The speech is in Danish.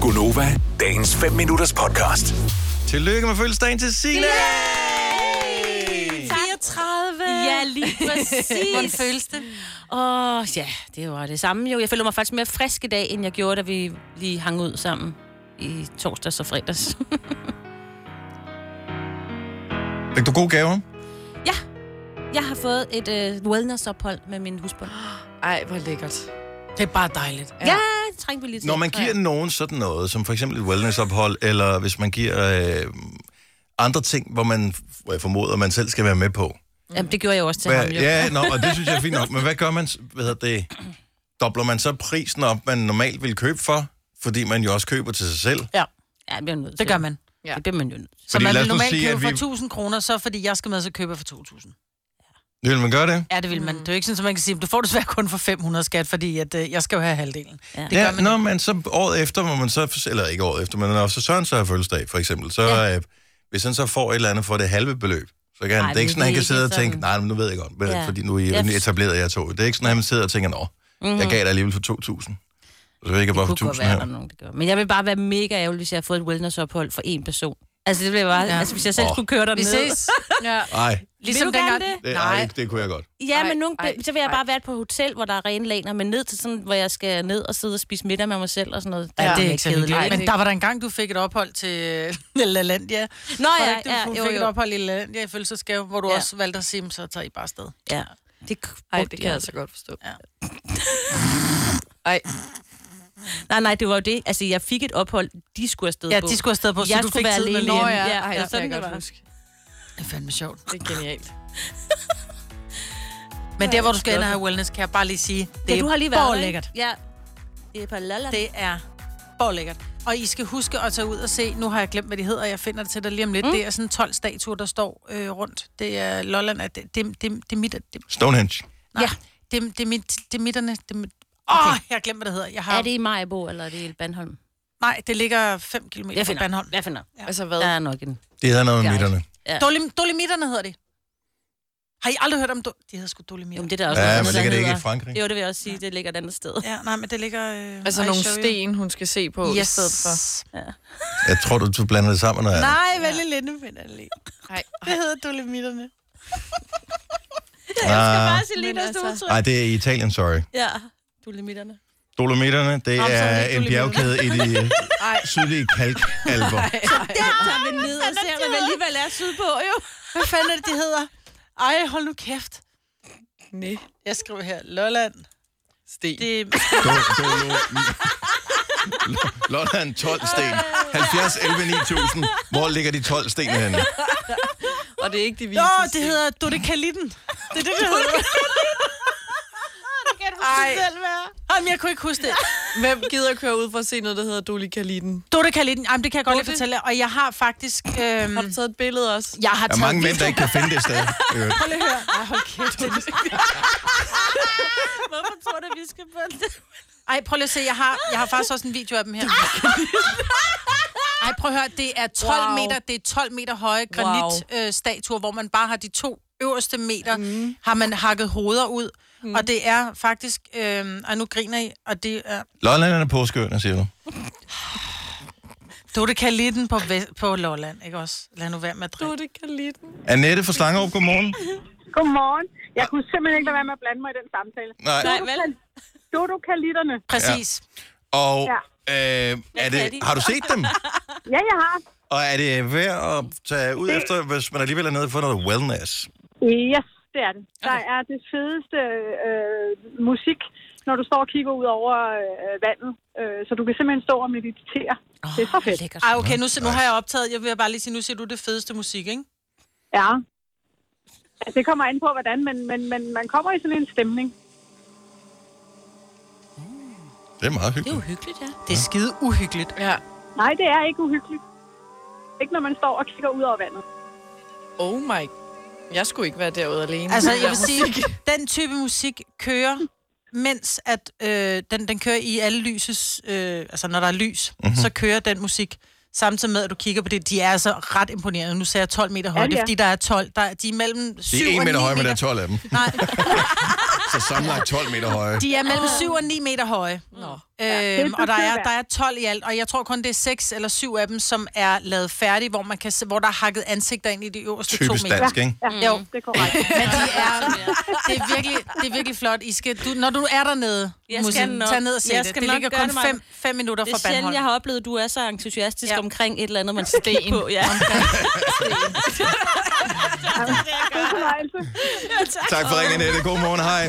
Gunova, dagens 5 minutters podcast. Tillykke med fødselsdagen til Signe! Yay! 34. Ja, lige præcis. Hvordan føles det? Åh, ja, det var det samme jo. Jeg føler mig faktisk mere frisk i dag, end jeg gjorde, da vi lige hang ud sammen i torsdags og fredags. Fik du gode gaver? ja, jeg har fået et øh, wellnessophold med min husbund. Ej, hvor lækkert. Det er bare dejligt. Ja, det trængte vi lige til. Når man giver nogen sådan noget, som for eksempel et wellnessophold, eller hvis man giver øh, andre ting, hvor man hvor jeg formoder, man selv skal være med på. Jamen, det gjorde jeg jo også til Hvad, ham jo. ja, nå, og det synes jeg er fint nok. Men hvad gør man? s- Hvad hedder det? Dobler man så prisen op, man normalt vil købe for? Fordi man jo også køber til sig selv. Ja, ja det bliver man nødt til. det gør man. Ja. Det bliver man jo nødt til. Så Fordi man lad vil os nu normalt sige, købe at for vi- 1000 kroner, så fordi jeg skal med, så køber jeg for 2000. Vil man gøre det? Ja, det vil man. Det er jo ikke sådan, at man kan sige, du får desværre kun for 500 skat, fordi at, øh, jeg skal jo have halvdelen. Ja. Det Ja, gør man. når man så året efter, hvor man så, eller ikke året efter, men når så Søren så har fødselsdag, for eksempel, så ja. øh, hvis han så får et eller andet for det halve beløb, så kan han, Ej, det er ikke men sådan, han det er kan sidde og ikke tænke, sådan. nej, men nu ved jeg godt, ja. Ja. fordi nu er I Jeg- Mhm. nu etableret jeg to. Det er ikke sådan, at han sidder og tænker, nå, mm-hmm. jeg gav dig alligevel for 2.000. Så ved jeg ikke, Det hvorfor kunne godt 1.000 være, at der er her. nogen, der gør. Men jeg vil bare være mega ærgerlig, hvis jeg har fået et wellnessophold for én person. Altså, det bliver bare... Ja. Altså, hvis jeg selv Åh. skulle køre derned... Vi ses. Ja. Nej, Ligesom Vil du gerne dengang- det, Nej. Øh, ej, det kunne jeg godt. Ja, Ej, men nu, ej, så vil jeg bare ej. være på et hotel, hvor der er rene laner, men ned til sådan, hvor jeg skal ned og sidde og spise middag med mig selv og sådan noget. Ja, det er mega ikke så kedeligt. hyggeligt. det er Men ikke- der var der engang, du fik et ophold til øh, Lalandia. Nå Var det ja, ikke det, ja, du jo, fik et jo. ophold i Lalandia i følelsesgave, hvor du Ja. også valgte at sige, "Men så tager I bare afsted. Ja. Det, Ej, det kan jeg altså godt forstå. Ja. Ej, Nej, nej, det var jo det. Altså, jeg fik et ophold, de skulle afsted Ja, på. de skulle afsted på, så Jeg du skulle fik være tiden alene. alene. nå Nå ja, ja, ej, ej, det sådan kan jeg det godt var. huske. Det er fandme sjovt. Det er genialt. Men der, hvor du skal ind og have wellness, kan jeg bare lige sige, det ja, er du har lige været der, ikke? lækkert. Ja. Det er på lala. Det er borlækkert. Og I skal huske at tage ud og se, nu har jeg glemt, hvad de hedder, jeg finder det til dig lige om lidt. Mm. Det er sådan 12 statuer, der står øh, rundt. Det er Lolland, at det, det, det, det er mit... Det, Stonehenge. nej, Ja. det, det, er mit, det er mitterne. Det, er mit- Åh, okay. jeg har glemt, hvad det hedder. Jeg har, Er det i Majbo, eller er det i Bandholm? Nej, det ligger 5 km Jeg fra finder. Bandholm. Jeg finder. Altså hvad? Der er nok en. Det hedder noget med Ja. midterne. Dolim, Dolomitterne hedder det. Har I aldrig hørt om... Do, de hedder sgu Jo, Dolomitter. men det er der også Ja, noget, men der det kan det ikke i hedder- Frankrig. Jo, det vil jeg også sige, det ligger et andet sted. Ja, nej, men det ligger... Øh, Altså I nogle show you. sten, hun skal se på i Yes. stedet for. Jeg tror, du, du blander det sammen, når jeg... Nej, vælg Lindevinderne lige. Nej, Det hedder Dolomitterne. Nej, Selinas altså- udtryk. Ej, det er i Italien, sorry. Ja, du limiterne. Dolomitterne, det Ramser er helt en Dolomitterne. bjergkæde i de øh, sydlige kalkalper. Der tager vi ned og ser, hvad vi alligevel er sydpå, jo. Hvad fanden er det, de hedder? Ej, hold nu kæft. nej. Jeg skriver her, Lolland. Sten. Det er Do, do, lo, Lolland 12 sten. 70, 11, 9000. Hvor ligger de 12 sten henne? Og det er ikke de vise Nå, det sten. hedder Dodekalitten. Det er det, det hedder. Ej, Jamen, jeg kunne ikke huske det. hvem gider køre ud for at se noget, der hedder Dolikalitten? Dodekalitten, jamen det kan jeg godt lige Dote? fortælle jer. Og jeg har faktisk... Øhm, Har du taget et billede også? jeg har Der er taget mange mænd, der ikke kan finde det sted. Øh, i øvrigt. Prøv lige at høre. Ej, hold kæft. det- Hvorfor tror du, vi skal på det? Ej, prøv lige at se, jeg har, jeg har faktisk også en video af dem her. Ej, prøv at høre, det er 12 Wow. wow. meter, det er 12 meter høje granitstatuer, øh, statuer, hvor man bare har de to øverste meter, mm. har man hakket hoveder ud. Mm. Og det er faktisk, øh, og nu griner I, og det er Lolland er påskønne, siger du. Dorte Kalitten på, Vest, på Lolland, ikke også? Lad nu være med at drikke. Dolikalitten. Annette fra Slangerup, godmorgen. Godmorgen. Jeg kunne simpelthen ikke lade være med at blande mig i den samtale. Nej. Nej, vel? Dodokalitterne. Præcis. Og øh, er det, har du set dem? Ja, jeg har. Og er det værd at tage ud efter, hvis man alligevel er nede for noget wellness? Yes, det er det. Altså. Der er det fedeste øh, musik, når du står og kigger ud over øh, vandet. Øh, så du kan simpelthen stå og meditere. Oh, det er så fedt. Lækkert. Ej, okay, nu, se- nu har jeg optaget, jeg vil bare lige sige, nu ser du det fedeste musik, ikke? Ja. Ja, Det kommer an på, hvordan, men, men, men man kommer i sådan en stemning. Det er meget Det er hyggeligt. jo hyggeligt, ja. Det er skide uhyggeligt. Ja. Nej, det er ikke uhyggeligt. Ikke når man står og kigger ud over vandet. Oh my. Jeg skulle ikke være derude alene. Altså, jeg vil sige, den type musik kører, mens Mhm. at øh, den, den kører i alle lysets... Øh, altså, når der er lys, mm-hmm. så kører den musik. samtidig med, at du kigger på det. De er altså ret imponerende. Nu sagde jeg 12 meter høje, Ja, ja, de det er fordi, der er. er 12. Der, er- de er mellem 7 De er og 9 1 meter meter høje, men der er 12 af dem. Nej, Så sammenlagt 12 meter høje. de er mellem 7 og 9 meter høje. Nå. det Øhm, er og der er, besøgværd. der er 12 i alt, og jeg tror kun, det er 6 eller 7 af dem, som er lavet færdige, hvor, man kan se, hvor der er hakket ansigter ind i de øverste Typisk to meter. dansk, ikke? Ja, Jo. jo. det er korrekt. Men de er, det, er virkelig, det er virkelig flot. I skal, du, når du er dernede, Jeg Musse, skal nok- tag ned og se jeg det. skal Det nok ligger gøre kun det, Maja. 5 fem minutter Det er fra sjældent, Bandholm. jeg har oplevet, at du er så entusiastisk Ja. ja. omkring et eller andet, man skal kigge på. Ja. God fornøjelse. Tak for ringen, Annette. God morgen, hej.